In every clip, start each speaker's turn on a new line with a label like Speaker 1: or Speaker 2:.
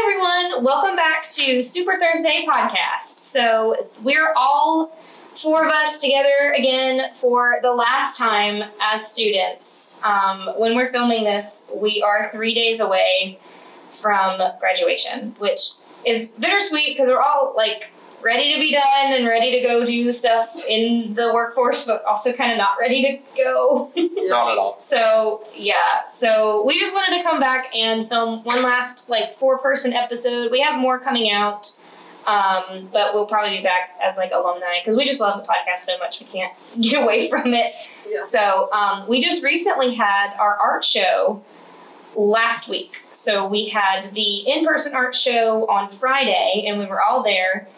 Speaker 1: everyone. Welcome back to Super Thursday podcast. So, we're all four of us together again for the last time as students. Um, when we're filming this, we are three days away from graduation, which is bittersweet because we're all like ready to be done and ready to go do stuff in the workforce, but also kind of not ready to go.
Speaker 2: Not at all.
Speaker 1: So yeah, so we just wanted to come back and film one last like four person episode. We have more coming out, um, but we'll probably be back as like alumni because we just love the podcast so much we can't get away from it.
Speaker 3: Yeah.
Speaker 1: So um, we just recently had our art show last week. So we had the in person art show on Friday, and we were all there.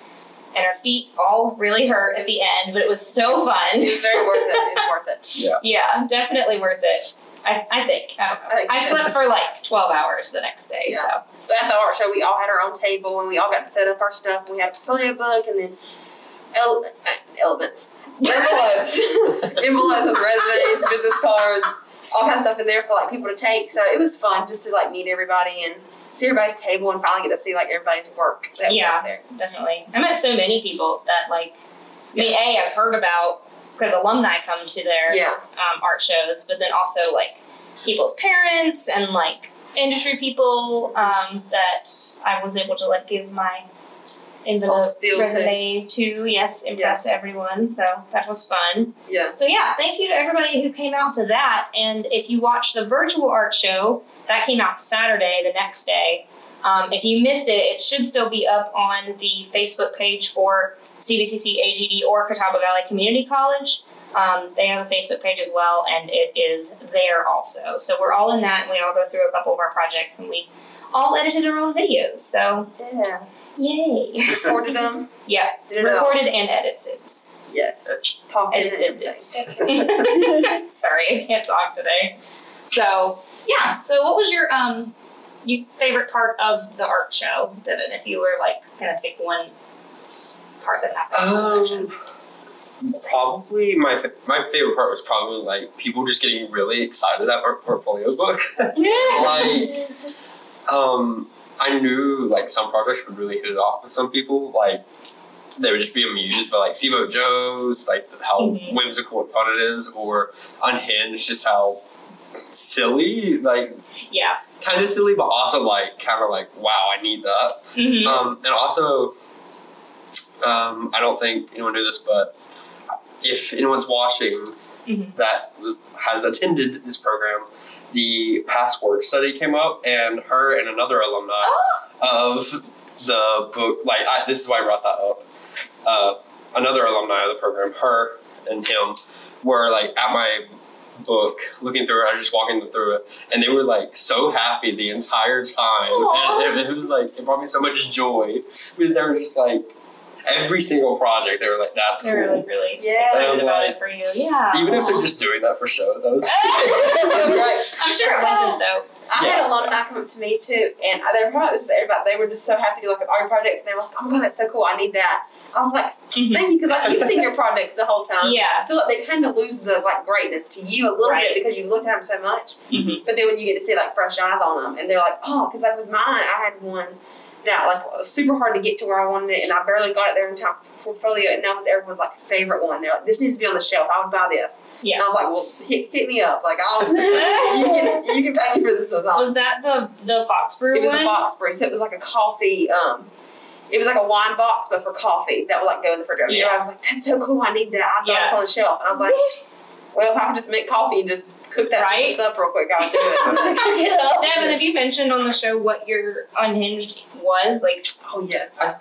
Speaker 1: And our feet all really hurt at the end, but it was so fun.
Speaker 3: It's very worth it. It's worth it.
Speaker 1: Yeah, definitely worth it. I, I think. I don't know.
Speaker 3: I think
Speaker 1: I
Speaker 3: so.
Speaker 1: slept for like 12 hours the next day, so.
Speaker 3: So at the art show, we all had our own table and we all got to set up our stuff. We had a player book and then ele- uh, elements, envelopes, envelopes with resumes, business cards, all kinds of stuff in there for like people to take. So it was fun just to like meet everybody and see everybody's table and finally get to see like everybody's work that was
Speaker 1: Yeah.
Speaker 3: out there.
Speaker 1: Definitely. I met so many people that, like, I mean, A, I've heard about because alumni come to their
Speaker 3: Yeah.
Speaker 1: um, art shows, but then also, like, people's parents and, like, industry people um, that I was able to, like, give my envelope
Speaker 3: spiel to.
Speaker 1: resumes to, yes, impress everyone. So that was fun.
Speaker 3: Yeah.
Speaker 1: So yeah, thank you to everybody who came out to that. And if you watched the virtual art show, that came out Saturday, the next day. Um, if you missed it, it should still be up on the Facebook page for CVCC AGD or Catawba Valley Community College. Um, they have a Facebook page as well, and it is there also. So we're all in that, and we all go through a couple of our projects, and we all edited our own videos. So
Speaker 3: Yeah.
Speaker 1: yay!
Speaker 3: Recorded them.
Speaker 1: yeah,
Speaker 3: Did it all.
Speaker 1: recorded and edited.
Speaker 3: Yes. Talked and
Speaker 1: Edited
Speaker 3: everything.
Speaker 1: it. Sorry, I can't talk today. So yeah. So what was your um you favorite part of the art show, Devin? If you were like gonna pick one part that happened in one section.
Speaker 2: Um, probably my my favorite part was probably like people just getting really excited at our portfolio book.
Speaker 3: Oh.
Speaker 2: like, um, I knew like some projects would really hit it off with some people. Like, they would just be amused by like Sibo Joe's, like how
Speaker 1: Mhm.
Speaker 2: whimsical and fun it is, or Unhinged, just how silly, like
Speaker 1: yeah.
Speaker 2: kind of silly, but also like kind of like wow, I need that.
Speaker 1: hmm
Speaker 2: Um, and also, um, I don't think anyone knew this, but if anyone's watching
Speaker 1: Mhm.
Speaker 2: that was, has attended this program, the past work study came up, and her and another alumni
Speaker 1: oh,
Speaker 2: of the book, like I, this is why I brought that up. Uh, another alumni of the program, her and him, were like at my book looking through it. I was just walking them through it, and they were like so happy the entire time.
Speaker 1: Aw.
Speaker 2: And it, it was like it brought me so much joy because they were just like every single project they were like, "That's
Speaker 1: they're
Speaker 2: cool."
Speaker 1: really really
Speaker 3: Yeah.
Speaker 1: excited
Speaker 2: Um,
Speaker 1: about
Speaker 2: like,
Speaker 1: it for you. Yeah.
Speaker 2: Even if they're just doing that for show, that was
Speaker 3: So great.
Speaker 1: I'm sure it wasn't though.
Speaker 3: I
Speaker 2: Yeah.
Speaker 3: had alumni come up to me too, and they were probably this is everybody. They were just so happy to look at our projects, and they were like, "Oh my god, that's so cool! I need that." I was like,
Speaker 1: Mhm.
Speaker 3: "Thank you," because like, you've seen your projects the whole time.
Speaker 1: Yeah.
Speaker 3: I feel like they kind of lose the like greatness to you a little
Speaker 1: Right.
Speaker 3: bit because you've looked at them so much.
Speaker 1: Mhm.
Speaker 3: But then when you get to see like fresh eyes on them, and they're like, "Oh," because like with mine, I had one that like was super hard to get to where I wanted it, and I barely got it there in time for portfolio, and that was everyone's like favorite one. They're like, "This needs to be on the shelf. I would buy this." And
Speaker 1: Yeah.
Speaker 3: I was like, "Well, hit, hit me up. Like, I'll you can you can pay me for this design."
Speaker 1: Was that the the Fox Brew
Speaker 3: It was
Speaker 1: one?
Speaker 3: a box brew, so it was like a coffee. Um, it was like a wine box, but for coffee that would like go in the refrigerator.
Speaker 1: Yeah.
Speaker 3: I was like, that's so cool. I need that. I thought
Speaker 1: Yeah.
Speaker 3: it's on the shelf, and I was like, well, if I could just make coffee and just cook that
Speaker 1: Right?
Speaker 3: this up real quick, I would do it.
Speaker 1: Devin, have you mentioned on the show what your unhinged was? Like
Speaker 3: oh yeah.
Speaker 2: I,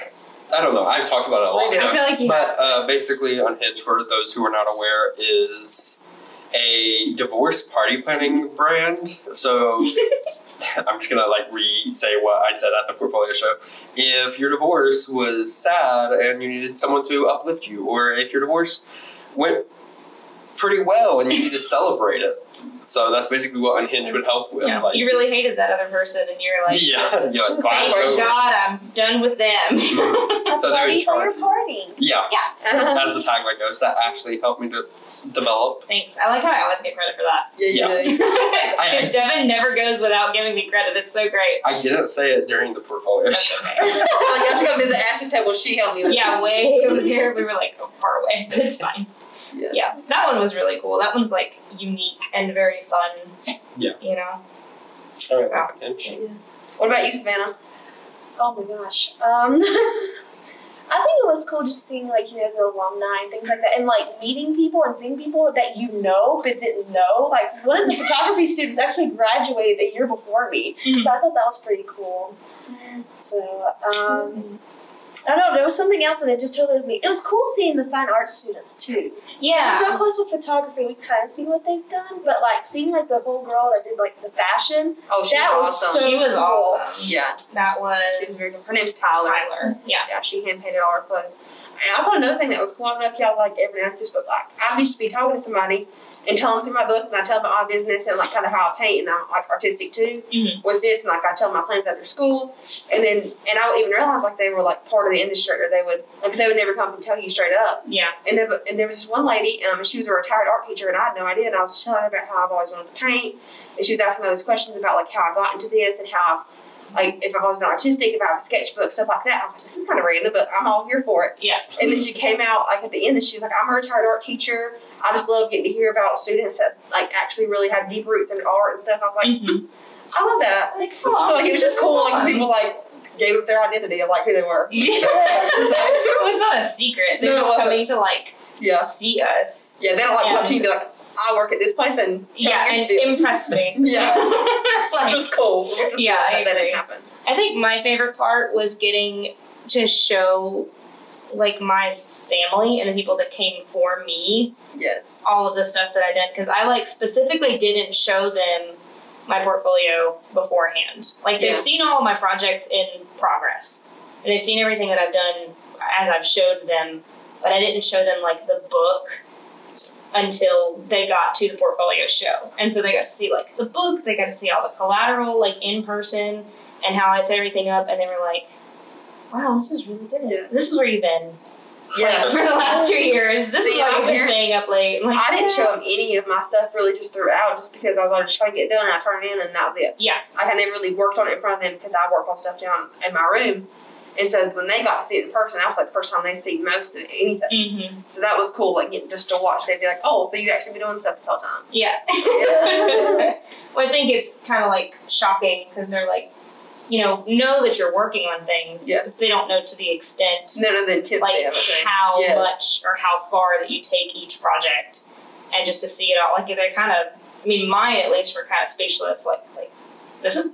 Speaker 2: I don't Oh, know. I've talked about it a lot.
Speaker 3: I
Speaker 1: I feel like you
Speaker 2: But uh, basically, Unhinged, for those who are not aware, is a divorce party planning brand. So I'm just gonna like re-say what I said at the portfolio show. If your divorce was sad and you needed someone to uplift you, or if your divorce went pretty well and you need to celebrate it, So that's basically what Unhinged would help with.
Speaker 1: Yeah.
Speaker 2: uh, Like,
Speaker 1: you really hated that other person, and you're like,
Speaker 2: yeah, you're like, glad
Speaker 1: thank
Speaker 2: it's over.
Speaker 1: God I'm done with them.
Speaker 4: A
Speaker 2: So they're in
Speaker 4: party for your
Speaker 2: charge.
Speaker 4: party.
Speaker 2: Yeah,
Speaker 3: yeah,
Speaker 2: as the tagline goes, that actually helped me to develop.
Speaker 1: Thanks. I like how I always get credit for that.
Speaker 3: you
Speaker 2: Yeah.
Speaker 3: do.
Speaker 2: I-
Speaker 1: Devin never goes without giving me credit. It's so great.
Speaker 2: I didn't say it during the portfolio.
Speaker 1: That's okay.
Speaker 3: Like, y'all should go visit Ashley's table. She helped me. with
Speaker 1: yeah,
Speaker 3: it.
Speaker 1: way over there. We were like oh, far away, but it's fine.
Speaker 3: Yeah.
Speaker 1: that one was really cool. That one's like unique and very fun.
Speaker 2: Yeah.
Speaker 1: You know?
Speaker 2: All
Speaker 1: So.
Speaker 2: right, Unhinged.
Speaker 3: What about you, Savannah?
Speaker 4: Oh my gosh. Um, I think it was cool just seeing like you know the alumni and things like that, and like meeting people and seeing people that you know but didn't know. Like one of the photography students actually graduated a year before me,
Speaker 1: Mhm.
Speaker 4: so I thought that was pretty cool. So um, I don't know. There was something else that it just totally me. It was cool seeing the fine arts students too.
Speaker 1: Yeah.
Speaker 4: We're so close with photography, we kind of see what they've done, but like seeing like the whole girl that did like the fashion,
Speaker 3: Oh, she's
Speaker 4: That was
Speaker 3: awesome.
Speaker 4: so
Speaker 1: she was
Speaker 4: cool.
Speaker 1: awesome.
Speaker 3: yeah,
Speaker 1: That was
Speaker 3: she's very good. Her name's Tyler.
Speaker 1: Tyler. Yeah.
Speaker 3: Yeah, she hand painted all her clothes. And I thought another thing that was cool, I don't know if y'all like everyone else's, but like I used to be talking to somebody and tell them through my book and I tell them my business and like kind of how I paint and I'm like artistic too
Speaker 1: Mhm.
Speaker 3: with this and like I tell them my plans after school and then and I would even realize like they were like part of the industry or they would like 'cause they would never come up and tell you straight up.
Speaker 1: Yeah.
Speaker 3: And there, and there was this one lady, um, and she was a retired art teacher, and I had no idea. And I was telling her about how I've always wanted to paint, and she was asking all these questions about like how I got into this and how, I've, like, if I've always been artistic, if I have a sketchbook, stuff like that. I was like, this is kind of random, but I'm all here for it.
Speaker 1: Yeah.
Speaker 3: And then she came out like at the end, and she was like, I'm a retired art teacher. I just love getting to hear about students that like actually really have deep roots in art and stuff. I was like,
Speaker 1: Mhm.
Speaker 3: I love that.
Speaker 4: like
Speaker 3: So, like it was just cool. Like
Speaker 1: Awesome.
Speaker 3: people like gave up their identity of like who they were.
Speaker 1: it was not a secret. They're
Speaker 3: No, it
Speaker 1: just
Speaker 3: wasn't.
Speaker 1: coming to like
Speaker 3: Yeah.
Speaker 1: see us.
Speaker 3: Yeah, they don't like
Speaker 1: And-
Speaker 3: watching you be like, I work at this place and
Speaker 1: Yeah, and impress me.
Speaker 3: yeah,
Speaker 1: like,
Speaker 3: which was cool. Which was
Speaker 1: Yeah,
Speaker 3: good
Speaker 1: I
Speaker 3: that that
Speaker 1: agree.
Speaker 3: didn't happen.
Speaker 1: I think my favorite part was getting to show like my family and the people that came for me
Speaker 3: Yes.
Speaker 1: all of the stuff that I did because I like specifically didn't show them my portfolio beforehand. Like they've
Speaker 3: Yeah.
Speaker 1: seen all of my projects in progress and they've seen everything that I've done as I've showed them, but I didn't show them like the book until they got to the portfolio show. And so they got to see like the book, they got to see all the collateral like in person and how I set everything up and they were like, wow, this is really good.
Speaker 3: Yeah.
Speaker 1: This is where you've been
Speaker 3: Yeah.
Speaker 1: for the last two years. This
Speaker 3: See,
Speaker 1: is why
Speaker 3: I'm
Speaker 1: you've been
Speaker 3: here.
Speaker 1: staying up late. I'm like,
Speaker 3: I didn't
Speaker 1: "Yeah."
Speaker 3: show him any of my stuff really just throughout just because I was like, just trying to get it done and I turned it in and that was it.
Speaker 1: Yeah.
Speaker 3: Like I never really worked on it in front of them because I work on stuff down in my room. And so when they got to see it in person, that was like the first time they see most of anything.
Speaker 1: Mm-hmm.
Speaker 3: So that was cool, like getting just to watch. They'd be like, oh, so you've actually been doing stuff this whole time.
Speaker 1: Yeah.
Speaker 3: Yeah.
Speaker 1: well, I think it's kind of like shocking because they're like, you know, know that you're working on things,
Speaker 3: Yeah.
Speaker 1: but they don't know to the extent,
Speaker 3: None of the intensity
Speaker 1: like
Speaker 3: of it.
Speaker 1: how
Speaker 3: Yes.
Speaker 1: much or how far that you take each project, and just to see it all. Like they're kind of, I mean, mine at least were kind of speechless. Like, like this is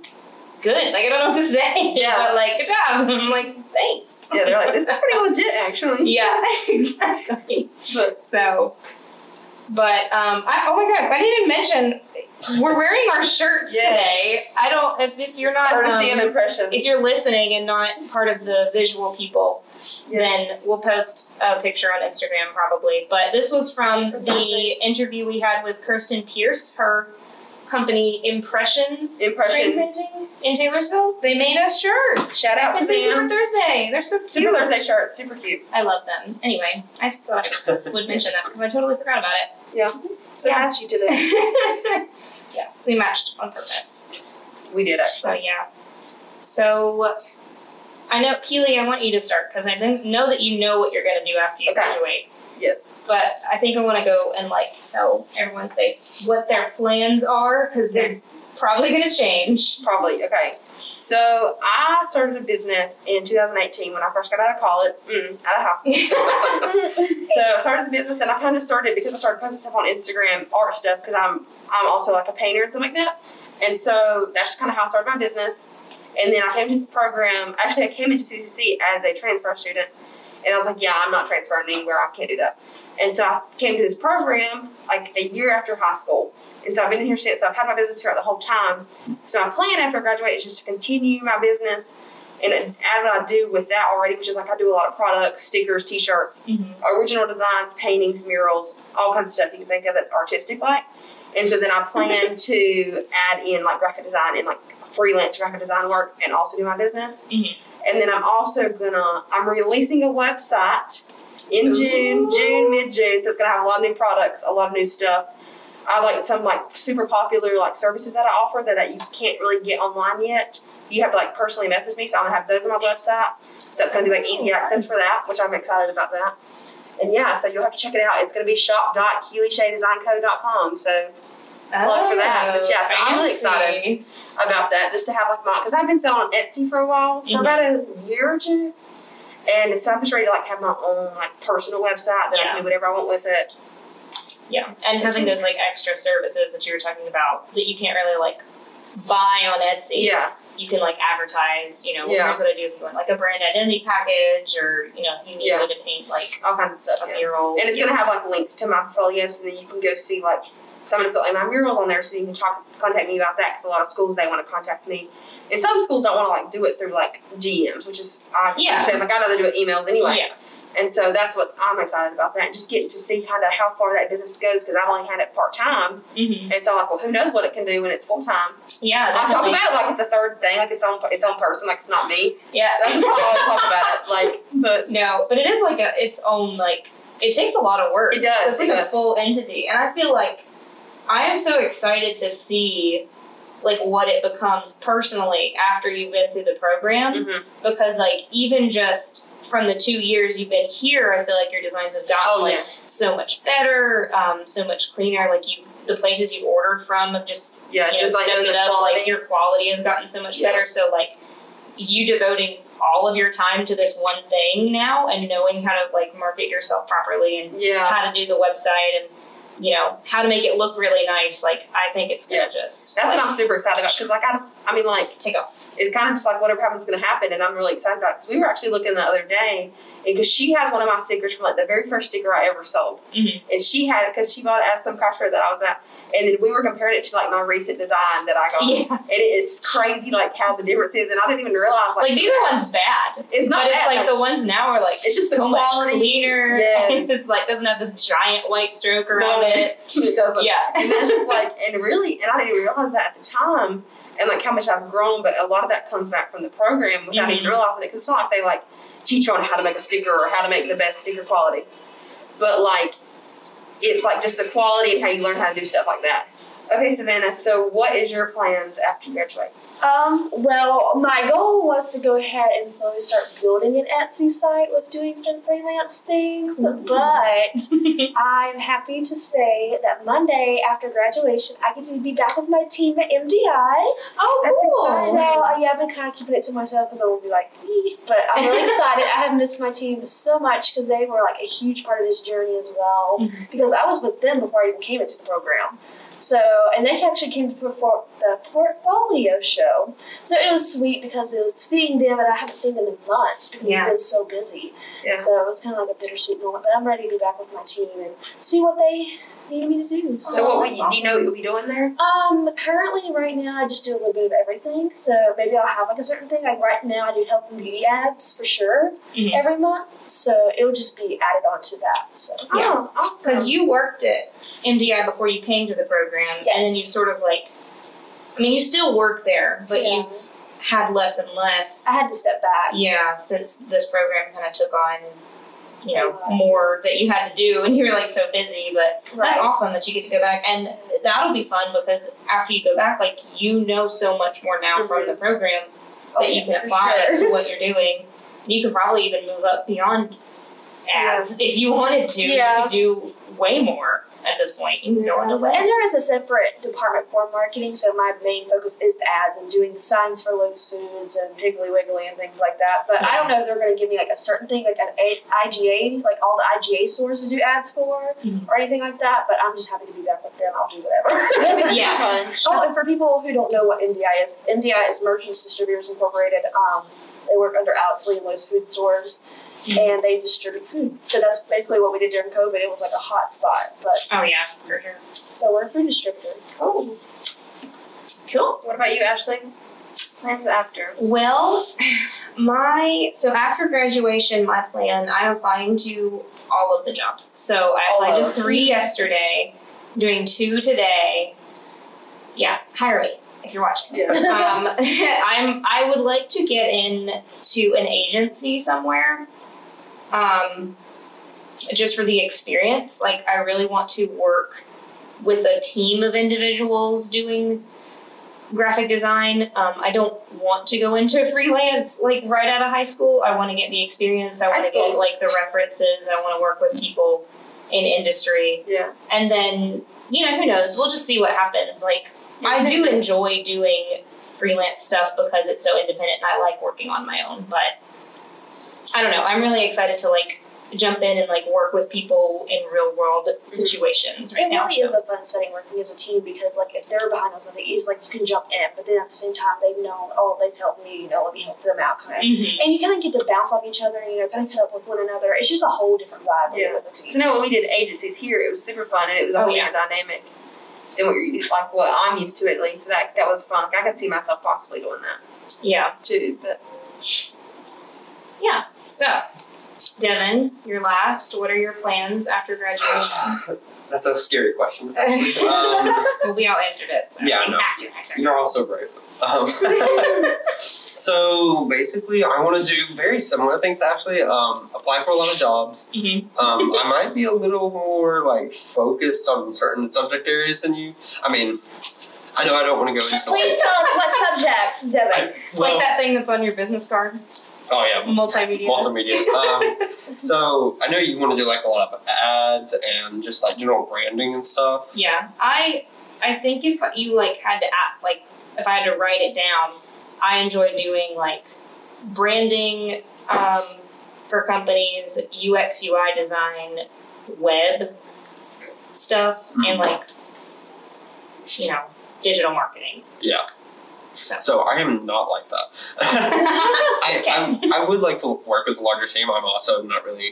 Speaker 1: good. Like I don't know what to say.
Speaker 3: Yeah.
Speaker 1: But like, good job. I'm like, thanks.
Speaker 3: Yeah, they're like, this is pretty legit actually.
Speaker 1: Yeah. Exactly.
Speaker 3: But
Speaker 1: So, but um, I, oh my god, I didn't mention we're wearing our shirts
Speaker 3: Yeah.
Speaker 1: today. I don't if, if you're not
Speaker 3: courtesy
Speaker 1: um,
Speaker 3: of impression.
Speaker 1: if you're listening and not part of the visual people,
Speaker 3: Yeah.
Speaker 1: then we'll post a picture on Instagram probably. But this was from the interview we had with Kirsten Pierce, her company Impressions,
Speaker 3: Impressions.
Speaker 1: Screenprinting in Taylorsville. They made us shirts.
Speaker 3: Shout out to
Speaker 1: This is Super
Speaker 3: them.
Speaker 1: Thursday. They're so cute.
Speaker 3: Super Thursday shirt, super cute.
Speaker 1: I love them. Anyway, I just thought I would mention that because I totally forgot about it.
Speaker 3: Yeah. So
Speaker 1: Yeah.
Speaker 3: yeah. match you today.
Speaker 1: yeah, so we matched on purpose.
Speaker 3: We did actually.
Speaker 1: So yeah. So I know Keely, I want you to start because I didn't know that you know what you're gonna do after you
Speaker 3: Okay.
Speaker 1: graduate.
Speaker 3: Yes.
Speaker 1: But I think I want to go and like tell everyone say what their plans are because they're probably gonna change.
Speaker 3: Probably. Okay. So I started a business in 2018 when I first got out of college, mm, out of high school. so I started the business and I kind of started because I started posting stuff on Instagram, art stuff, because I'm I'm also like a painter and something like that. And so that's just kind of how I started my business. And then I came to this program. Actually, I came into CCC as a transfer student, and I was like, yeah, I'm not transferring anywhere. I can't do that. And so I came to this program like a year after high school. And so I've been here since. I've had my business throughout the whole time. So my plan after I graduate is just to continue my business and add what I do with that already, which is like I do a lot of products, stickers, t-shirts,
Speaker 1: Mm-hmm.
Speaker 3: original designs, paintings, murals, all kinds of stuff you can think of that's artistic like. And so then I plan to add in like graphic design and like freelance graphic design work and also do my business.
Speaker 1: Mhm.
Speaker 3: And then I'm also gonna I'm releasing a website in June, June, mid June. So it's gonna have a lot of new products, a lot of new stuff. I have, like some like super popular like services that I offer that, that you can't really get online yet. You have to like personally message me, so I'm gonna have those on my website. So it's gonna be like easy access for that, which I'm excited about that. And yeah, so you'll have to check it out. It's gonna be shop.keelyshaydesignco.com. So Plug for that, but yeah, so I'm really excited.
Speaker 1: fancy.
Speaker 3: about that just to have like my because I've been selling on Etsy for a while for
Speaker 1: Mhm.
Speaker 3: about a year or two, and so I'm just ready to like have my own like personal website that I
Speaker 1: Yeah.
Speaker 3: can do whatever I want with it.
Speaker 1: Yeah, and having those like extra services that you were talking about that you can't really like buy on Etsy.
Speaker 3: Yeah,
Speaker 1: You can like advertise, you know, well,
Speaker 3: Yeah.
Speaker 1: here's what I do if you want like a brand identity package or, you know, if you need
Speaker 3: Yeah.
Speaker 1: me to paint like
Speaker 3: all kinds of stuff.
Speaker 1: a
Speaker 3: yeah.
Speaker 1: mural.
Speaker 3: And it's gonna have like links to my portfolio so that you can go see like so I'm gonna put like my murals on there so you can talk contact me about that because a lot of schools they want to contact me. And some schools don't want to like do it through like DMs, which is I
Speaker 1: Yeah.
Speaker 3: understand, like I know they do it emails anyway.
Speaker 1: Yeah.
Speaker 3: And so that's what I'm excited about that. Just getting to see kind of how far that business goes because I've only had it part time.
Speaker 1: hmm
Speaker 3: And so like, well, who knows what it can do when it's full time?
Speaker 1: Yeah,
Speaker 3: I talk
Speaker 1: definitely.
Speaker 3: about it like it's a third thing, like its own its own person, like it's not me.
Speaker 1: yeah.
Speaker 3: That's how I always talk about it. Like, but
Speaker 1: No, but it is like a its own like it takes a lot of work.
Speaker 3: It does,
Speaker 1: So it's
Speaker 3: it
Speaker 1: like a
Speaker 3: does.
Speaker 1: full entity, and I feel like I am so excited to see like what it becomes personally after you've been through the program
Speaker 3: Mhm.
Speaker 1: because like even just from the two years you've been here, I feel like your designs have gotten
Speaker 3: oh
Speaker 1: like
Speaker 3: yeah,
Speaker 1: so much better, um, so much cleaner. Like you, the places you've ordered from have just
Speaker 3: yeah,
Speaker 1: you know,
Speaker 3: just like
Speaker 1: stepped
Speaker 3: knowing the
Speaker 1: it up.
Speaker 3: quality.
Speaker 1: Like your quality has gotten so much
Speaker 3: Yeah.
Speaker 1: better. So like you devoting all of your time to this one thing now and knowing how to like market yourself properly and
Speaker 3: yeah.
Speaker 1: how to do the website and you know how to make it look really nice. Like I think it's gonna just
Speaker 3: That's
Speaker 1: like,
Speaker 3: what I'm super excited about because, like, I, just- I mean, like,
Speaker 1: take off.
Speaker 3: it's kind of just like whatever happens going to happen, and I'm really excited about because we were actually looking the other day because she has one of my stickers from like the very first sticker I ever sold,
Speaker 1: Mhm.
Speaker 3: and she had it because she bought it at some craft fair that I was at, and then we were comparing it to like my recent design that I got,
Speaker 1: Yeah,
Speaker 3: and it is crazy like how the difference is, and I didn't even realize like,
Speaker 1: like neither one's bad.
Speaker 3: it's not
Speaker 1: but it's
Speaker 3: bad,
Speaker 1: like the ones now are like
Speaker 3: It's just the
Speaker 1: so much
Speaker 3: quality,
Speaker 1: cleaner.
Speaker 3: yes.
Speaker 1: it's like doesn't have this giant white stroke
Speaker 3: No.
Speaker 1: around it.
Speaker 3: it doesn't.
Speaker 1: Yeah.
Speaker 3: and it's just like, and really, and I didn't even realize that at the time, and like how much I've grown. But a lot of that comes back from the program without even
Speaker 1: Mhm.
Speaker 3: realizing it, because it's not like they like teach you on how to make a sticker or how to make the best sticker quality, but like it's like just the quality and how you learn how to do stuff like that. Okay, Savannah. So, what is your plans after you graduate?
Speaker 4: Um, well, my goal was to go ahead and slowly start building an Etsy site with doing some freelance things, but I'm happy to say that Monday after graduation, I get to be back with my team at MDI.
Speaker 1: Oh,
Speaker 4: So, uh, yeah, I've been kind of keeping it to myself because I will be like, "Eh," but I'm really excited. I have missed my team so much because they were like a huge part of this journey as well.
Speaker 1: Mhm.
Speaker 4: Because I was with them before I even came into the program. So, and they actually came to perform the portfolio show. So it was sweet because it was seeing them, and I haven't seen them in months because
Speaker 1: Yeah.
Speaker 4: we've been so busy.
Speaker 3: Yeah.
Speaker 4: So it was kind of like a bittersweet moment, but I'm ready to be back with my team and see what they need me to do.
Speaker 3: So, what would
Speaker 4: that's
Speaker 3: you, do you know what you'll be doing there?
Speaker 4: um, currently, right now, I just do a little bit of everything. So maybe I'll have like a certain thing. Like right now, I do health and beauty ads for sure
Speaker 1: Mhm.
Speaker 4: every month. So it would just be added onto that. So
Speaker 1: Yeah.
Speaker 3: Oh, awesome.
Speaker 1: Because you worked at MDI before you came to the program, and then
Speaker 4: Yes.
Speaker 1: you sort of like, I mean, you still work there, but you had less and less.
Speaker 4: I had to step back.
Speaker 1: yeah, since this program kind of took on, you know,
Speaker 4: Right.
Speaker 1: more that you had to do, and you were like so busy. But that's
Speaker 4: Right.
Speaker 1: awesome that you get to go back, and that'll be fun because after you go back, like you know so much more now from the program
Speaker 4: Mm-hmm. Oh,
Speaker 1: that
Speaker 4: yeah,
Speaker 1: you can
Speaker 4: for
Speaker 1: apply
Speaker 4: sure.
Speaker 1: it to what you're doing. You could probably even move up beyond ads if you wanted to.
Speaker 4: Yeah.
Speaker 1: You could do way more at this point. You can go into
Speaker 4: And
Speaker 1: web.
Speaker 4: there is a separate department for marketing, so my main focus is ads and doing the signs for Lowe's Foods and Piggly Wiggly and things like that. But I don't know if they're going to give me like a certain thing, like an a- IGA, like all the IGA stores to do ads for
Speaker 1: Mhm.
Speaker 4: or anything like that. But I'm just happy to be back with them. I'll do whatever.
Speaker 1: Yeah.
Speaker 4: Oh, and for people who don't know what MDI is, MDI is Merchants Distributors Incorporated. Um, they work under Alex Lee and Lowe's Food Stores, and they distribute food. So that's basically what we did during COVID. It was like a hot spot, but
Speaker 1: Oh yeah, for sure.
Speaker 4: so we're a food distributor.
Speaker 3: Cool.
Speaker 1: Oh. Cool.
Speaker 3: What about you, Ashley? Plans after?
Speaker 1: Well, my so after graduation, my plan. I'm applying to all of the jobs. So I
Speaker 3: All
Speaker 1: applied
Speaker 3: of
Speaker 1: to three yesterday. doing two today. Yeah, hire me if you're watching.
Speaker 3: Yeah.
Speaker 1: um, I'm I would like to get in to an agency somewhere. Um, just for the experience, like I really want to work with a team of individuals doing graphic design. Um, I don't want to go into freelance like right out of high school. I want to get the experience. I want
Speaker 3: That's
Speaker 1: to get
Speaker 3: cool.
Speaker 1: like the references. I want to work with people in industry
Speaker 3: yeah.
Speaker 1: and then you know who knows we'll just see what happens like i do enjoy doing freelance stuff because it's so independent and i like working on my own but i don't know i'm really excited to like jump in and like work with people in real world situations right
Speaker 4: It
Speaker 1: now
Speaker 4: really
Speaker 1: so.
Speaker 4: is a fun setting working as a team because like if they're behind on something, it's like you can jump in, but then at the same time they know, oh, they've helped me, you know, let me help them out kind of.
Speaker 2: Mm-hmm.
Speaker 1: Mhm.
Speaker 4: And you kind of get to bounce off each other, you know, kind of cut up with one another. It's just a whole different vibe when you're with a team.
Speaker 3: So no, when we did agencies here, it was super fun and it was a
Speaker 1: Oh,
Speaker 3: whole
Speaker 1: yeah.
Speaker 3: different dynamic than what you're used- like what I'm used to at least. So that that was fun. Like, I could see myself possibly doing that
Speaker 1: Mm-hmm. yeah
Speaker 3: too. But
Speaker 1: yeah so devin you're last what are your plans after graduation
Speaker 2: That's a scary question.
Speaker 1: Uh,
Speaker 2: Um,
Speaker 1: well we all answered it so.
Speaker 2: Yeah, I know.
Speaker 1: after, after.
Speaker 2: You're also brave. Um, so basically, I want to do very similar things. Actually, um, apply for a lot of jobs.
Speaker 1: Mhm.
Speaker 4: Mm-hmm.
Speaker 2: Um, I might be a little more like focused on certain subject areas than you. I mean, I know I don't want to go into.
Speaker 4: Please
Speaker 2: like,
Speaker 4: tell us what subjects, Devin.
Speaker 2: I- well,
Speaker 1: like that thing that's on your business card
Speaker 2: oh yeah,
Speaker 1: multimedia
Speaker 2: multimedia. Um, so I know you want to do like a lot of ads and just like general branding and stuff.
Speaker 1: Yeah, I I think if you like had to act like if I had to write it down, I enjoy doing like branding um, for companies, UX UI design, web stuff,
Speaker 2: Hmm.
Speaker 1: and like you know digital marketing.
Speaker 2: Yeah.
Speaker 1: So.
Speaker 2: So I am not like that. I, I, I would like to work with a larger team. I'm also not really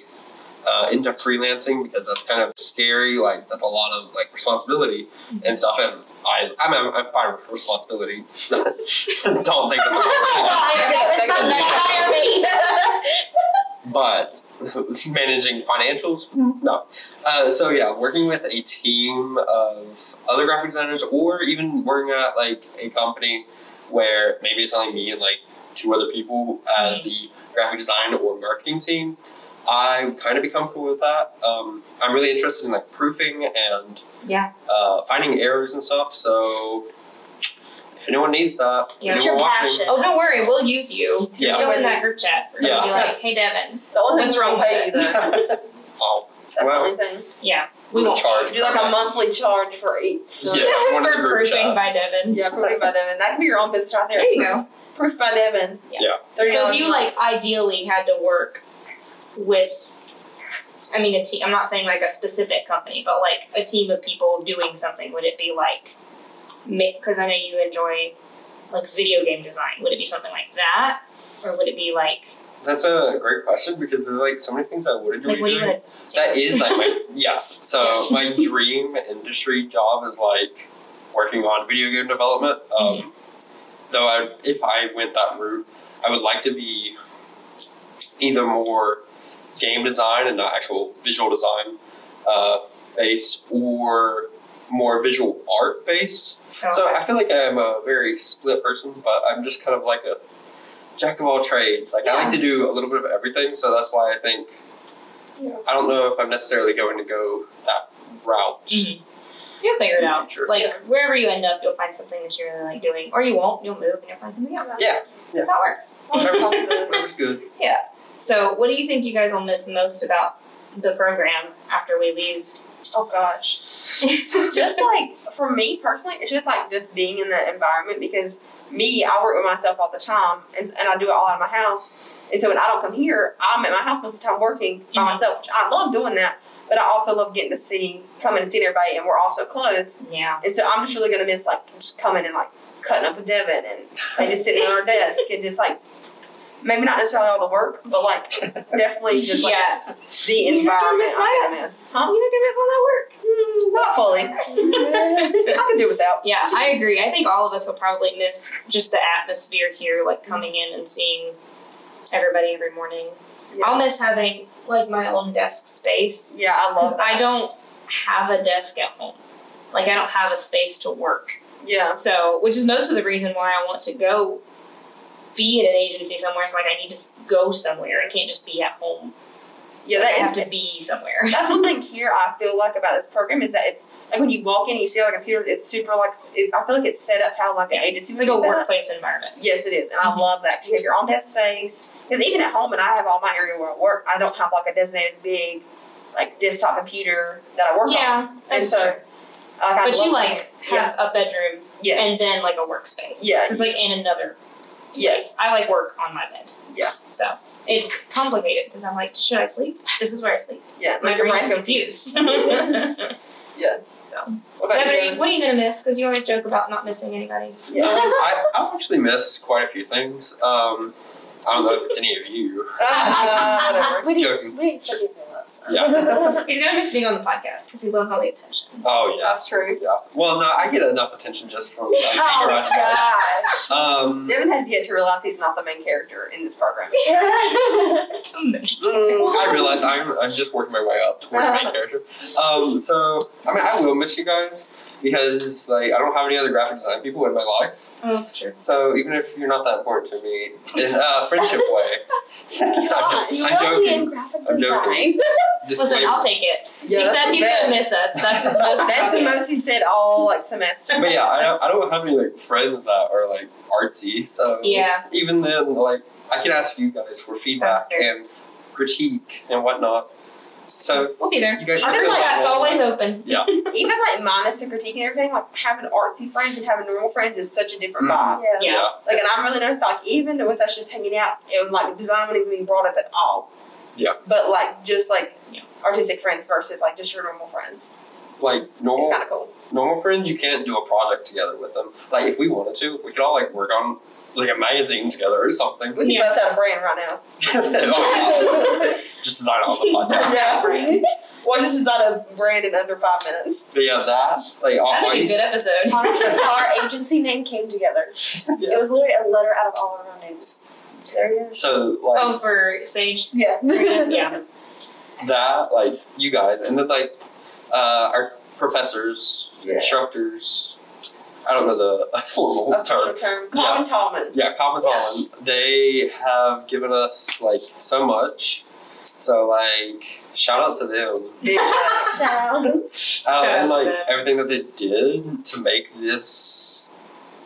Speaker 2: uh, into freelancing because that's kind of scary. Like that's a lot of like responsibility and stuff. And I I'm I'm, I'm fine with responsibility. Don't think that's but managing financials no uh, so yeah working with a team of other graphic designers or even working at like a company where maybe it's only me and like two other people as the graphic design or marketing team i kind of become cool with that um, i'm really interested in like proofing and
Speaker 1: Yeah.
Speaker 2: uh, finding errors and stuff so if anyone needs that if
Speaker 1: Yeah,
Speaker 2: anyone
Speaker 1: it's
Speaker 4: your
Speaker 2: watching
Speaker 4: passion.
Speaker 1: Oh, don't worry, we'll use you.
Speaker 2: Yeah.
Speaker 1: You're still in that group chat. We're gonna
Speaker 2: Yeah.
Speaker 1: Be like, hey, Devin.
Speaker 3: the only
Speaker 1: What's
Speaker 3: thing
Speaker 1: wrong
Speaker 3: we'll pay you
Speaker 1: with
Speaker 3: though.
Speaker 2: i'll
Speaker 3: That's the
Speaker 2: Well,
Speaker 3: only thing.
Speaker 1: Yeah, we won't.
Speaker 2: charge
Speaker 3: We do like a monthly charge for each. So.
Speaker 2: Yeah, one of the
Speaker 1: We're
Speaker 2: group
Speaker 1: proofing
Speaker 2: chat.
Speaker 1: by Devin.
Speaker 3: Yeah, proof by Devin. That can be your own business right there.
Speaker 1: There you go.
Speaker 3: Proof by Devin.
Speaker 1: Yeah.
Speaker 2: Yeah.
Speaker 3: $30
Speaker 1: So if you like ideally had to work with, I mean, a team. I'm not saying like a specific company, but like a team of people doing something. Would it be like, because I know you enjoy like video game design. Would it be something like that, or would it be like
Speaker 2: That's a great question because there's like so many things I would enjoy
Speaker 1: like what are you
Speaker 2: doing.
Speaker 1: gonna?
Speaker 2: That is like my yeah. So my dream industry job is like working on video game development.
Speaker 1: Mm-hmm.
Speaker 2: Um, though I, if I went that route, I would like to be either more game design and not actual visual design uh, based, or more visual art based.
Speaker 1: Oh,
Speaker 2: So I feel like I'm a very split person, but I'm just kind of like a jack of all trades. Like I like to do a little bit of everything, so that's why I think I don't know if I'm necessarily going to go that route.
Speaker 1: Mhm. You'll figure it out.
Speaker 2: Sure.
Speaker 1: Like wherever you end up, you'll find something that you're really like doing, or you won't. You'll move and you'll find something else.
Speaker 2: Yeah,
Speaker 1: That's how it works.
Speaker 2: Whatever's, whatever's good.
Speaker 1: So, what do you think you guys will miss most about the program after we leave?
Speaker 3: Oh gosh. just like for me personally, it's just like just being in that environment because me, I work with myself all the time and, and I do it all out of my house. And so when I don't come here, I'm at my house most of the time working by
Speaker 1: Mhm.
Speaker 3: myself, which I love doing that. But I also love getting to see, coming and seeing everybody, and we're also close.
Speaker 1: Yeah.
Speaker 3: And so I'm just really gonna miss like just coming and like cutting up with Devin and like just sitting at our desk and just like maybe not necessarily all the work, but like definitely just like
Speaker 1: yeah.
Speaker 3: the
Speaker 1: You're not gonna miss
Speaker 3: environment I'm gonna miss. Huh? You're gonna miss all that work? Mm, not fully. I can do without.
Speaker 1: yeah, I agree. I think all of us will probably miss just the atmosphere here, like coming in and seeing everybody every morning. I'll miss having like my own desk space
Speaker 3: Yeah, I
Speaker 1: because
Speaker 3: love.
Speaker 1: I
Speaker 3: that.
Speaker 1: don't have a desk at home. Like I don't have a space to work.
Speaker 3: Yeah.
Speaker 1: So, which is most of the reason why I want to go be at an agency somewhere. It's like I need to s- go somewhere. I can't just be at home.
Speaker 3: Yeah,
Speaker 1: Like, I
Speaker 3: that
Speaker 1: have
Speaker 3: is
Speaker 1: to be somewhere.
Speaker 3: That's one thing here I feel like about this program is that it's like when you walk in and you see like a computer, it's super like it, I feel like it's set up how like an
Speaker 1: Yeah.
Speaker 3: agency
Speaker 1: It's
Speaker 3: would
Speaker 1: like a
Speaker 3: be set up.
Speaker 1: workplace Mm-hmm. environment.
Speaker 3: Yes, it is, and I love that. You have your own desk space because even at home, and I have all my area where I work, I don't have like a designated big like desktop computer that I work on.
Speaker 1: Yeah,
Speaker 3: And
Speaker 1: that's
Speaker 3: so,
Speaker 1: true.
Speaker 3: like, I
Speaker 1: But you
Speaker 3: love
Speaker 1: like
Speaker 3: that.
Speaker 1: have a bedroom
Speaker 3: yes,
Speaker 1: and then like a workspace.
Speaker 3: Yes.
Speaker 1: It's like in another
Speaker 3: yes,
Speaker 1: place. I like work on my bed.
Speaker 3: Yeah.
Speaker 1: So it's complicated because I'm like, should I sleep? This is where I sleep.
Speaker 3: yeah.
Speaker 1: My
Speaker 3: Like your
Speaker 1: brain
Speaker 3: brain's
Speaker 1: is
Speaker 3: confused.
Speaker 1: confused.
Speaker 3: Yeah.
Speaker 1: So,
Speaker 3: What about you?
Speaker 1: Bethany, what are you gonna miss? Because you always joke about not missing anybody.
Speaker 3: Dylan? Yeah.
Speaker 2: Um, I, I've actually missed quite a few things. Um, I don't know if it's any of you.
Speaker 3: Ah, whatever.
Speaker 4: We
Speaker 2: Joking.
Speaker 4: didn't, we didn't forgive him us.
Speaker 3: Yeah.
Speaker 1: He's gonna miss being on the podcast because he loves all the attention.
Speaker 2: Oh yeah.
Speaker 3: That's true.
Speaker 2: Yeah. Well, no, I get enough attention just from like,
Speaker 3: Oh
Speaker 2: being
Speaker 3: my
Speaker 2: around you guys.
Speaker 3: gosh.
Speaker 2: Um,
Speaker 3: Devin has yet to realize he's not the main character in this program. Oh,
Speaker 2: I realize I'm, I'm just working my way up towards my character. Um, so I mean, I will miss you guys because like I don't have any other graphic design people in my life.
Speaker 1: Oh, that's true.
Speaker 2: So even if you're not that important to me in a friendship way, I'm, jo- I'm joking. I'm joking.
Speaker 1: Listen, I'll
Speaker 2: Disclaimer.
Speaker 1: take it.
Speaker 3: Mm, Yeah,
Speaker 1: he
Speaker 3: that's
Speaker 1: said
Speaker 3: the
Speaker 1: he's
Speaker 3: best.
Speaker 1: gonna miss us. That's his most.
Speaker 3: That's the most he said all like semester.
Speaker 2: But yeah, I don't, I don't have any like friends that are like artsy. So
Speaker 1: Yeah.
Speaker 2: even then, like I can ask you guys for feedback
Speaker 1: That's fair.
Speaker 2: and critique and whatnot. So
Speaker 1: We'll be there.
Speaker 2: you guys
Speaker 1: I
Speaker 2: should
Speaker 1: feel
Speaker 2: feel
Speaker 1: like that's
Speaker 2: that way.
Speaker 1: always open.
Speaker 2: Yeah.
Speaker 3: Even like minus the critique and everything, like having artsy friends and having normal friends is such a different
Speaker 2: Mhm.
Speaker 3: vibe.
Speaker 4: Yeah.
Speaker 1: Yeah.
Speaker 3: Like, and I really noticed, like, even with us just hanging out, and like design wouldn't even be brought up at all.
Speaker 2: Yeah.
Speaker 3: But like, just like
Speaker 1: Yeah.
Speaker 3: artistic friends versus like just your normal friends.
Speaker 2: like normal
Speaker 3: It's kind of cool.
Speaker 2: normal friends, you can't do a project together with them. Like if we wanted to, we could all like work on like a magazine together or something.
Speaker 3: We can
Speaker 1: Yeah.
Speaker 3: bust out a brand right now.
Speaker 2: Oh, yeah. just design it on the podcast.
Speaker 3: Yeah. Well, this is not a brand in under five minutes.
Speaker 2: But yeah, that like all
Speaker 1: That'd be a
Speaker 2: my
Speaker 1: good episode.
Speaker 4: Honestly, our agency name came together. It was literally a letter out of all of our names. There it is.
Speaker 2: so like
Speaker 1: Oh, for Sage.
Speaker 3: Yeah.
Speaker 1: Yeah. Oh.
Speaker 2: that like you guys and then like uh, our professors,
Speaker 3: Yeah.
Speaker 2: instructors. I don't know the formal term.
Speaker 3: Official term. Common Tallman.
Speaker 2: Yeah, Cobb and Holland. They have given us like so much. So like shout out to them.
Speaker 3: Big fan.
Speaker 4: Shout.
Speaker 2: Uh,
Speaker 1: Shout out
Speaker 2: and
Speaker 1: to
Speaker 2: like
Speaker 1: them.
Speaker 2: everything that they did to make this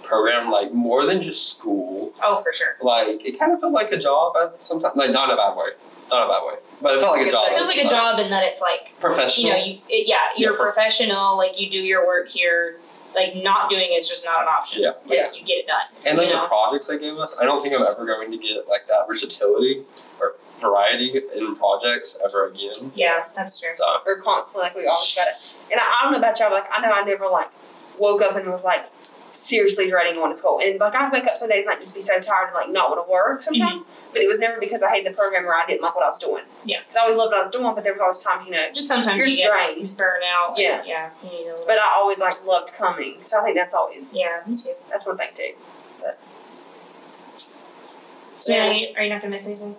Speaker 2: program like more than just school.
Speaker 1: Oh, for sure.
Speaker 2: Like it kind of felt like a job at sometimes. Like not in a bad way, not in a bad way, but it felt like a job.
Speaker 1: It feels like a job in that it's like you
Speaker 2: Professional.
Speaker 1: know you it, yeah you're
Speaker 2: Yeah, prof-
Speaker 1: professional like you do your work here. Like not doing it's just not an option.
Speaker 2: Yeah.
Speaker 1: Like
Speaker 3: Yeah.
Speaker 1: you get it done.
Speaker 2: and like
Speaker 1: you
Speaker 2: the
Speaker 1: know.
Speaker 2: projects they gave us, I don't think I'm ever going to get like that versatility or variety in projects ever again.
Speaker 1: Yeah, that's true.
Speaker 2: So
Speaker 3: or constantly like we always got it. And I, I don't know about y'all, but like I know I never like woke up and was like seriously dreading going to school. And like I wake up some days and like just be so tired and like not want to work sometimes. But it was never because I hated the program or I didn't like what I was doing.
Speaker 1: Mm-hmm. Yeah.
Speaker 3: Because I always loved what I was doing, but there was always time, you know.
Speaker 1: Just sometimes
Speaker 3: You're
Speaker 1: you get
Speaker 3: drained.
Speaker 1: burnout. and,
Speaker 3: Yeah.
Speaker 1: Yeah. You need a little.
Speaker 3: But I always like loved coming. So I think that's always
Speaker 1: yeah, me too.
Speaker 3: that's one thing too.
Speaker 1: So yeah. are, you, are you not gonna miss anything?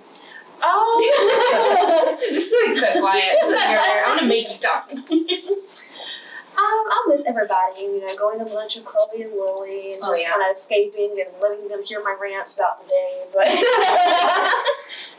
Speaker 4: Oh.
Speaker 1: Just like so quiet. Sit here, there. I'm gonna make you talk.
Speaker 4: Um, I'll miss everybody, you know, going to lunch with Chloe and Lily and
Speaker 1: Oh,
Speaker 4: just
Speaker 1: yeah.
Speaker 4: kind of escaping and letting them hear my rants about the day. But,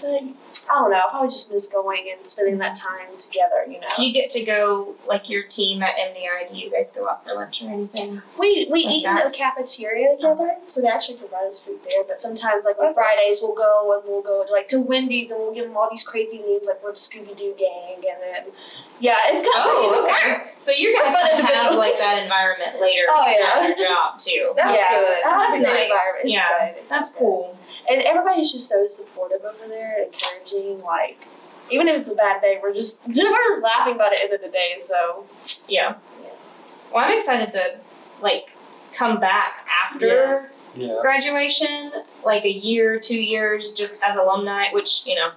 Speaker 4: but I don't know, I probably just miss going and spending that time together, you know.
Speaker 1: Do you get to go like your team at MDI? Do you guys go out for lunch or anything?
Speaker 4: We we
Speaker 1: Like
Speaker 4: eat
Speaker 1: that?
Speaker 4: in the cafeteria together, so they actually provide us food there. But sometimes, like on Fridays, we'll go and we'll go to, like to Wendy's and we'll give them all these crazy names, like we're the Scooby Doo gang, and then yeah, it's kind of
Speaker 1: So you're gonna
Speaker 4: What about
Speaker 1: kind of have
Speaker 4: individuals?
Speaker 1: like that environment later
Speaker 4: Oh,
Speaker 1: at
Speaker 4: yeah.
Speaker 1: your job too.
Speaker 3: That's
Speaker 4: yeah,
Speaker 3: good.
Speaker 4: That's
Speaker 1: That's
Speaker 4: a good
Speaker 1: nice.
Speaker 4: environment. It's
Speaker 1: Yeah.
Speaker 4: good.
Speaker 1: That's cool.
Speaker 4: And everybody's just so supportive over there, and encouraging. Like even if it's a bad day, we're just we're just laughing about it at the end of the day. So
Speaker 1: Yeah.
Speaker 4: Yeah.
Speaker 1: Well, I'm excited to like come back after
Speaker 3: Yes.
Speaker 2: yeah,
Speaker 1: graduation, like a year, two years, just as alumni. Which you know,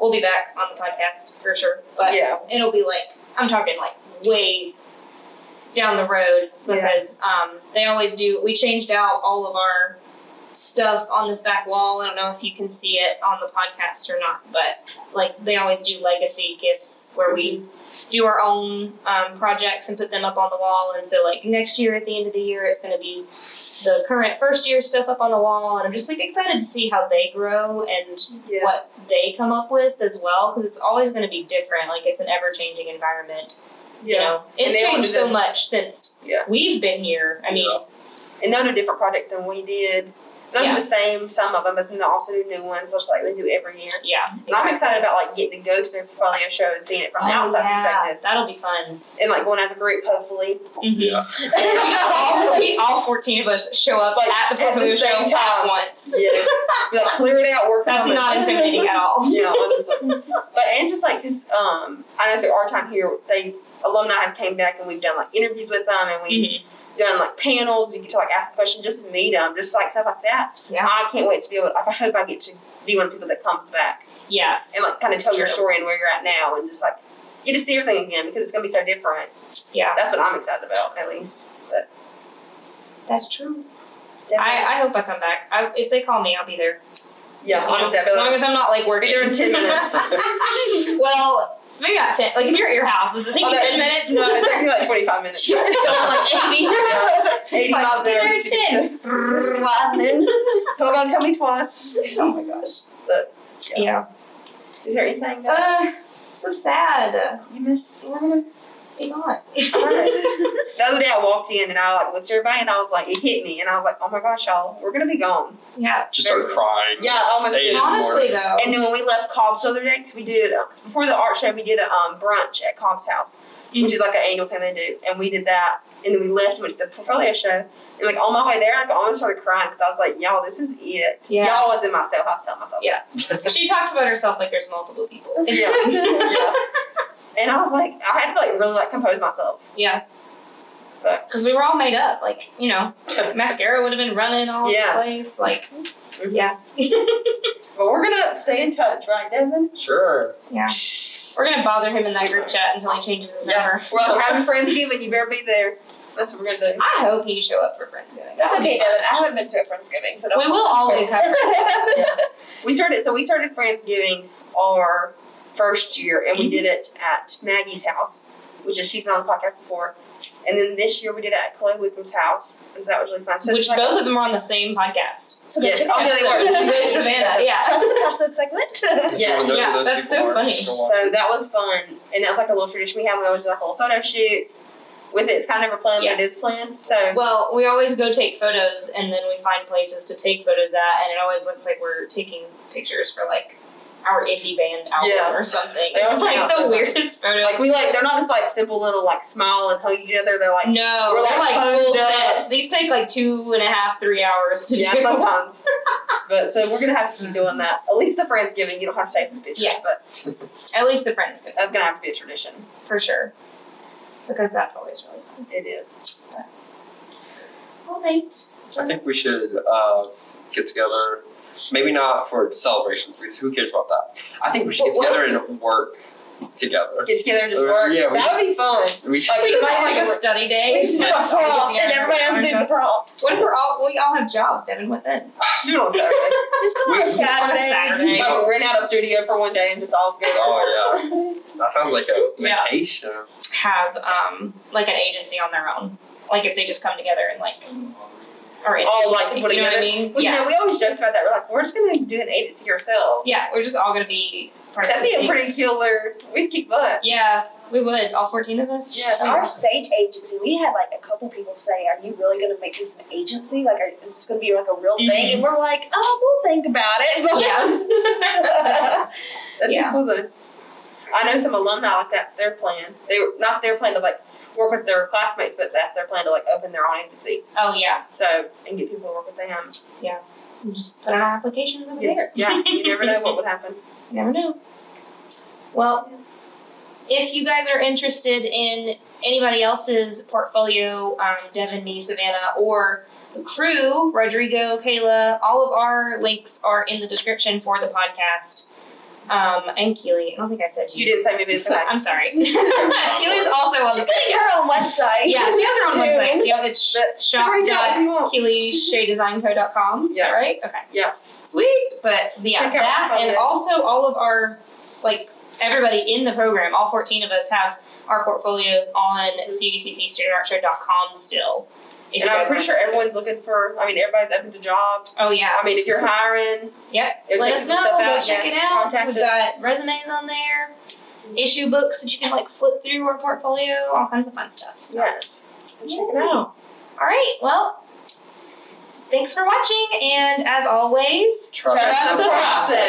Speaker 1: we'll be back on the podcast for sure. But
Speaker 3: yeah.
Speaker 1: it'll be like I'm talking like way down the road because um, they always do. We changed out all of our stuff on this back wall. I don't know if you can see it on the podcast or not, but like they always do legacy gifts where we do our own um, projects and put them up on the wall. And so like next year at the end of the year, it's going to be the current first year stuff up on the wall. And I'm just like excited to see how they grow and
Speaker 3: Yeah.
Speaker 1: what they come up with as well because it's always going to be different. Like it's an ever changing environment. You know, it's
Speaker 3: And they all
Speaker 1: changed
Speaker 3: do
Speaker 1: so
Speaker 3: that.
Speaker 1: much since
Speaker 3: Yeah.
Speaker 1: we've been here. I mean,
Speaker 3: and they'll do different project than we did. They'll
Speaker 1: Yeah.
Speaker 3: do the same, some of them, but then they'll also do new ones, just like they do every year.
Speaker 1: yeah.
Speaker 3: And I'm excited about like getting to go to their portfolio show and seeing it from an
Speaker 1: Oh,
Speaker 3: outside
Speaker 1: yeah,
Speaker 3: perspective,
Speaker 1: that'll be fun.
Speaker 3: and like going as a group, hopefully.
Speaker 1: Mhm.
Speaker 2: yeah.
Speaker 1: we, all, we all 14 of us show up
Speaker 3: Like,
Speaker 1: at the
Speaker 3: at the
Speaker 1: proposal
Speaker 3: same
Speaker 1: at
Speaker 3: time.
Speaker 1: once.
Speaker 3: Yeah, Be like clear it out, work
Speaker 1: That's
Speaker 3: on it.
Speaker 1: not intimidating at all.
Speaker 3: yeah, honestly. but and just like because um, I know through our time here, they alumni have came back and we've done like interviews with them and we've
Speaker 1: Mhm.
Speaker 3: done like panels. You get to like ask questions, just to meet them, just like stuff like that.
Speaker 1: Yeah.
Speaker 3: I can't wait to be able. Like, I hope I get to be one of the people that comes back
Speaker 1: Yeah,
Speaker 3: and like kind of tell your
Speaker 1: True.
Speaker 3: story and where you're at now and just like get to see everything again because it's gonna be so different.
Speaker 1: yeah,
Speaker 3: That's what I'm excited about at least.
Speaker 1: that's true. I, I hope I come back. I, if they call me, I'll be there.
Speaker 3: yeah,
Speaker 1: You know,
Speaker 3: honestly, I feel
Speaker 1: as long
Speaker 3: like
Speaker 1: as I'm not like working.
Speaker 3: be there in ten minutes.
Speaker 1: well, maybe not ten. Like if you're at your house, does it take
Speaker 3: Oh,
Speaker 1: you
Speaker 3: that-
Speaker 1: ten minutes?
Speaker 3: No, it took me like twenty five minutes.
Speaker 1: She's just going like eighty.
Speaker 3: Eighty
Speaker 1: She's like,
Speaker 3: miles
Speaker 1: be
Speaker 3: there.
Speaker 1: there in ten. Slapping.
Speaker 3: Don't go and tell me twice.
Speaker 1: Oh my gosh.
Speaker 3: But, yeah.
Speaker 1: Yeah.
Speaker 3: Is there anything
Speaker 1: Uh,
Speaker 3: that
Speaker 1: so sad.
Speaker 3: you missed?
Speaker 1: We're gonna be gone.
Speaker 3: The other day I walked in and I like looked at everybody and I was like, it hit me and I was like, oh my gosh, y'all, we're gonna be gone.
Speaker 1: yeah.
Speaker 2: Just started crying.
Speaker 3: Yeah, um, I almost
Speaker 2: Hey.
Speaker 3: did.
Speaker 1: Honestly though.
Speaker 3: And then when we left Cobb's the other day, 'cause we did uh, before the art show, we did a um, brunch at Cobb's house, which is like an annual thing they do, and we did that. And then we left and went to the portfolio show. And like on my way there, I almost started crying because I was like, "Y'all, this is it."
Speaker 1: Yeah.
Speaker 3: Y'all wasn't myself. I was telling myself.
Speaker 1: Yeah. she talks about herself like there's multiple people.
Speaker 3: Yeah. yeah. And I was like, I had to like really like compose myself.
Speaker 1: Yeah.
Speaker 3: But-
Speaker 1: Because we were all made up, like you know, mascara would have been running all
Speaker 3: Yeah. Mm-hmm.
Speaker 1: over the place. Like, yeah,
Speaker 3: But we're gonna stay in touch, right, Devin?
Speaker 2: Sure.
Speaker 1: we're gonna bother him in that group chat until he changes his number.
Speaker 3: Well, we're having Friendsgiving. You better be there. That's what we're gonna do.
Speaker 1: I hope you show up for Friendsgiving. That's
Speaker 3: Oh,
Speaker 4: That's okay,
Speaker 1: okay.
Speaker 4: Devin. I haven't been to a Friendsgiving, so don't.
Speaker 1: We will always have Friendsgiving.
Speaker 3: We started. So we started Friendsgiving our first year, and we did it at Maggie's house, which is she's been on the podcast before. And then this year we did it at Chloe Wickham's house, and so that was really fun. So
Speaker 1: Which
Speaker 3: she's like,
Speaker 1: both of them are on the same podcast.
Speaker 4: So
Speaker 3: Yes. Oh, yeah, they were.
Speaker 1: With Savannah, yeah.
Speaker 4: Trust the segment.
Speaker 3: Yeah,
Speaker 2: People know who
Speaker 1: yeah,
Speaker 2: those
Speaker 1: that's
Speaker 2: people
Speaker 1: so
Speaker 2: are.
Speaker 1: funny.
Speaker 2: So,
Speaker 3: So that was fun, and that was like a little tradition we have. We always do like a little photo shoot with it. It's kind of never planned, but it is planned. So
Speaker 1: Well, we always go take photos and then we find places to take photos at, and it always looks like we're taking pictures for like our iffy band album
Speaker 3: Yeah.
Speaker 1: or something.
Speaker 3: They
Speaker 1: It's
Speaker 3: always
Speaker 1: like
Speaker 3: turn out
Speaker 1: the
Speaker 3: so nice.
Speaker 1: weirdest photos.
Speaker 3: like we like they're not just like simple little like smile and hug each other. They're like
Speaker 1: no,
Speaker 3: we're,
Speaker 1: they're
Speaker 3: like,
Speaker 1: like full
Speaker 3: posed up.
Speaker 1: sets. These take like two and a half, three hours to
Speaker 3: yeah,
Speaker 1: do.
Speaker 3: sometimes. but so we're gonna have to keep doing that. At least the friendsgiving, you don't have to take the pictures,
Speaker 1: Yeah.
Speaker 3: but
Speaker 1: At least the friends could,
Speaker 3: that's gonna have to be a tradition.
Speaker 1: for sure, because that's always really fun.
Speaker 3: It is.
Speaker 1: All right.
Speaker 2: I think we should uh, get together. Maybe not for celebrations because who cares about that? I think we should get
Speaker 3: Well,
Speaker 2: together and work together.
Speaker 3: Get together and just
Speaker 2: Uh,
Speaker 3: work.
Speaker 2: yeah, we
Speaker 3: that would be fun.
Speaker 2: We should.
Speaker 1: We
Speaker 3: Like,
Speaker 1: could
Speaker 3: might
Speaker 1: have,
Speaker 3: like
Speaker 1: like a
Speaker 3: a-
Speaker 1: study day.
Speaker 3: We should do a prompt and everybody else do the prompt.
Speaker 1: What if we're all we all have jobs, Devin? What then?
Speaker 3: Do it on Saturday.
Speaker 4: Just come on a Saturday.
Speaker 1: Saturday.
Speaker 3: Like, we'll rent Oh, out a studio for one day and just all go.
Speaker 2: Oh, That sounds like a
Speaker 1: Yeah.
Speaker 2: vacation.
Speaker 1: have um like an agency on their own. Like if they just come together and like or
Speaker 3: All, like,
Speaker 1: you know
Speaker 3: put
Speaker 1: what I
Speaker 3: together?
Speaker 1: mean?
Speaker 3: Well, you
Speaker 1: yeah.
Speaker 3: know, we always joked about that. We're like, we're just gonna do an agency ourselves.
Speaker 1: Yeah, we're just all gonna be part of
Speaker 3: That'd
Speaker 1: the
Speaker 3: be a
Speaker 1: team.
Speaker 3: pretty killer. We'd kick butt.
Speaker 1: Yeah, we would, all fourteen of us.
Speaker 3: Yeah.
Speaker 1: Oh,
Speaker 4: Our Sage agency, we had like a couple people say, "Are you really going to make this an agency? Like, are, is this going to be like a real
Speaker 1: Mhm.
Speaker 4: thing?" And we're like, "Oh, we'll think about it." But
Speaker 1: yeah.
Speaker 3: That'd
Speaker 1: Yeah.
Speaker 3: be cool though. I know some alumni like that's their plan. They were not their plan to like work with their classmates, but that's their plan to like open their own agency.
Speaker 1: oh yeah.
Speaker 3: So and get people to work with them.
Speaker 1: We Just put in our applications over there.
Speaker 3: Yeah, you never know what would happen.
Speaker 1: You never know. Well, if you guys are interested in anybody else's portfolio, um, Devin, me, Savannah, or the crew, Rodrigo, Kayla, all of our links are in the description for the podcast. Um, and Keely. I don't think I said
Speaker 3: You didn't say maybe it's okay.
Speaker 1: I'm sorry. Keely's also on the
Speaker 4: She's getting her own website.
Speaker 1: Yeah, she has her own website. Yeah, it's
Speaker 3: But reach out if you want.
Speaker 1: shop.keelyshaydesignco.com. Is that
Speaker 3: Yeah.
Speaker 1: right? Okay.
Speaker 3: Yeah.
Speaker 1: Sweet. But yeah,
Speaker 3: Check out
Speaker 1: that
Speaker 3: our
Speaker 1: and
Speaker 3: projects.
Speaker 1: also all of our, like, everybody in the program, all 14 of us have our portfolios on cdccstreamartshow.com still. if
Speaker 3: And
Speaker 1: you
Speaker 3: I'm
Speaker 1: guys
Speaker 3: pretty
Speaker 1: want
Speaker 3: sure
Speaker 1: to see
Speaker 3: everyone's
Speaker 1: those.
Speaker 3: looking for. I mean, everybody's open to jobs.
Speaker 1: Oh, yeah.
Speaker 3: I mean, if you're hiring,
Speaker 1: Yep.
Speaker 3: Go
Speaker 1: Let
Speaker 3: check
Speaker 1: us
Speaker 3: some
Speaker 1: know.
Speaker 3: stuff
Speaker 1: Go
Speaker 3: out,
Speaker 1: check
Speaker 3: yeah.
Speaker 1: it out.
Speaker 3: Contact
Speaker 1: We've
Speaker 3: us.
Speaker 1: got resumes on there, issue books that you can like flip through our portfolio, all kinds of fun stuff. So.
Speaker 3: yes. Check it
Speaker 1: Yay.
Speaker 3: out.
Speaker 1: All right. Well, thanks for watching, and as always,
Speaker 2: Trust
Speaker 1: Trust the process.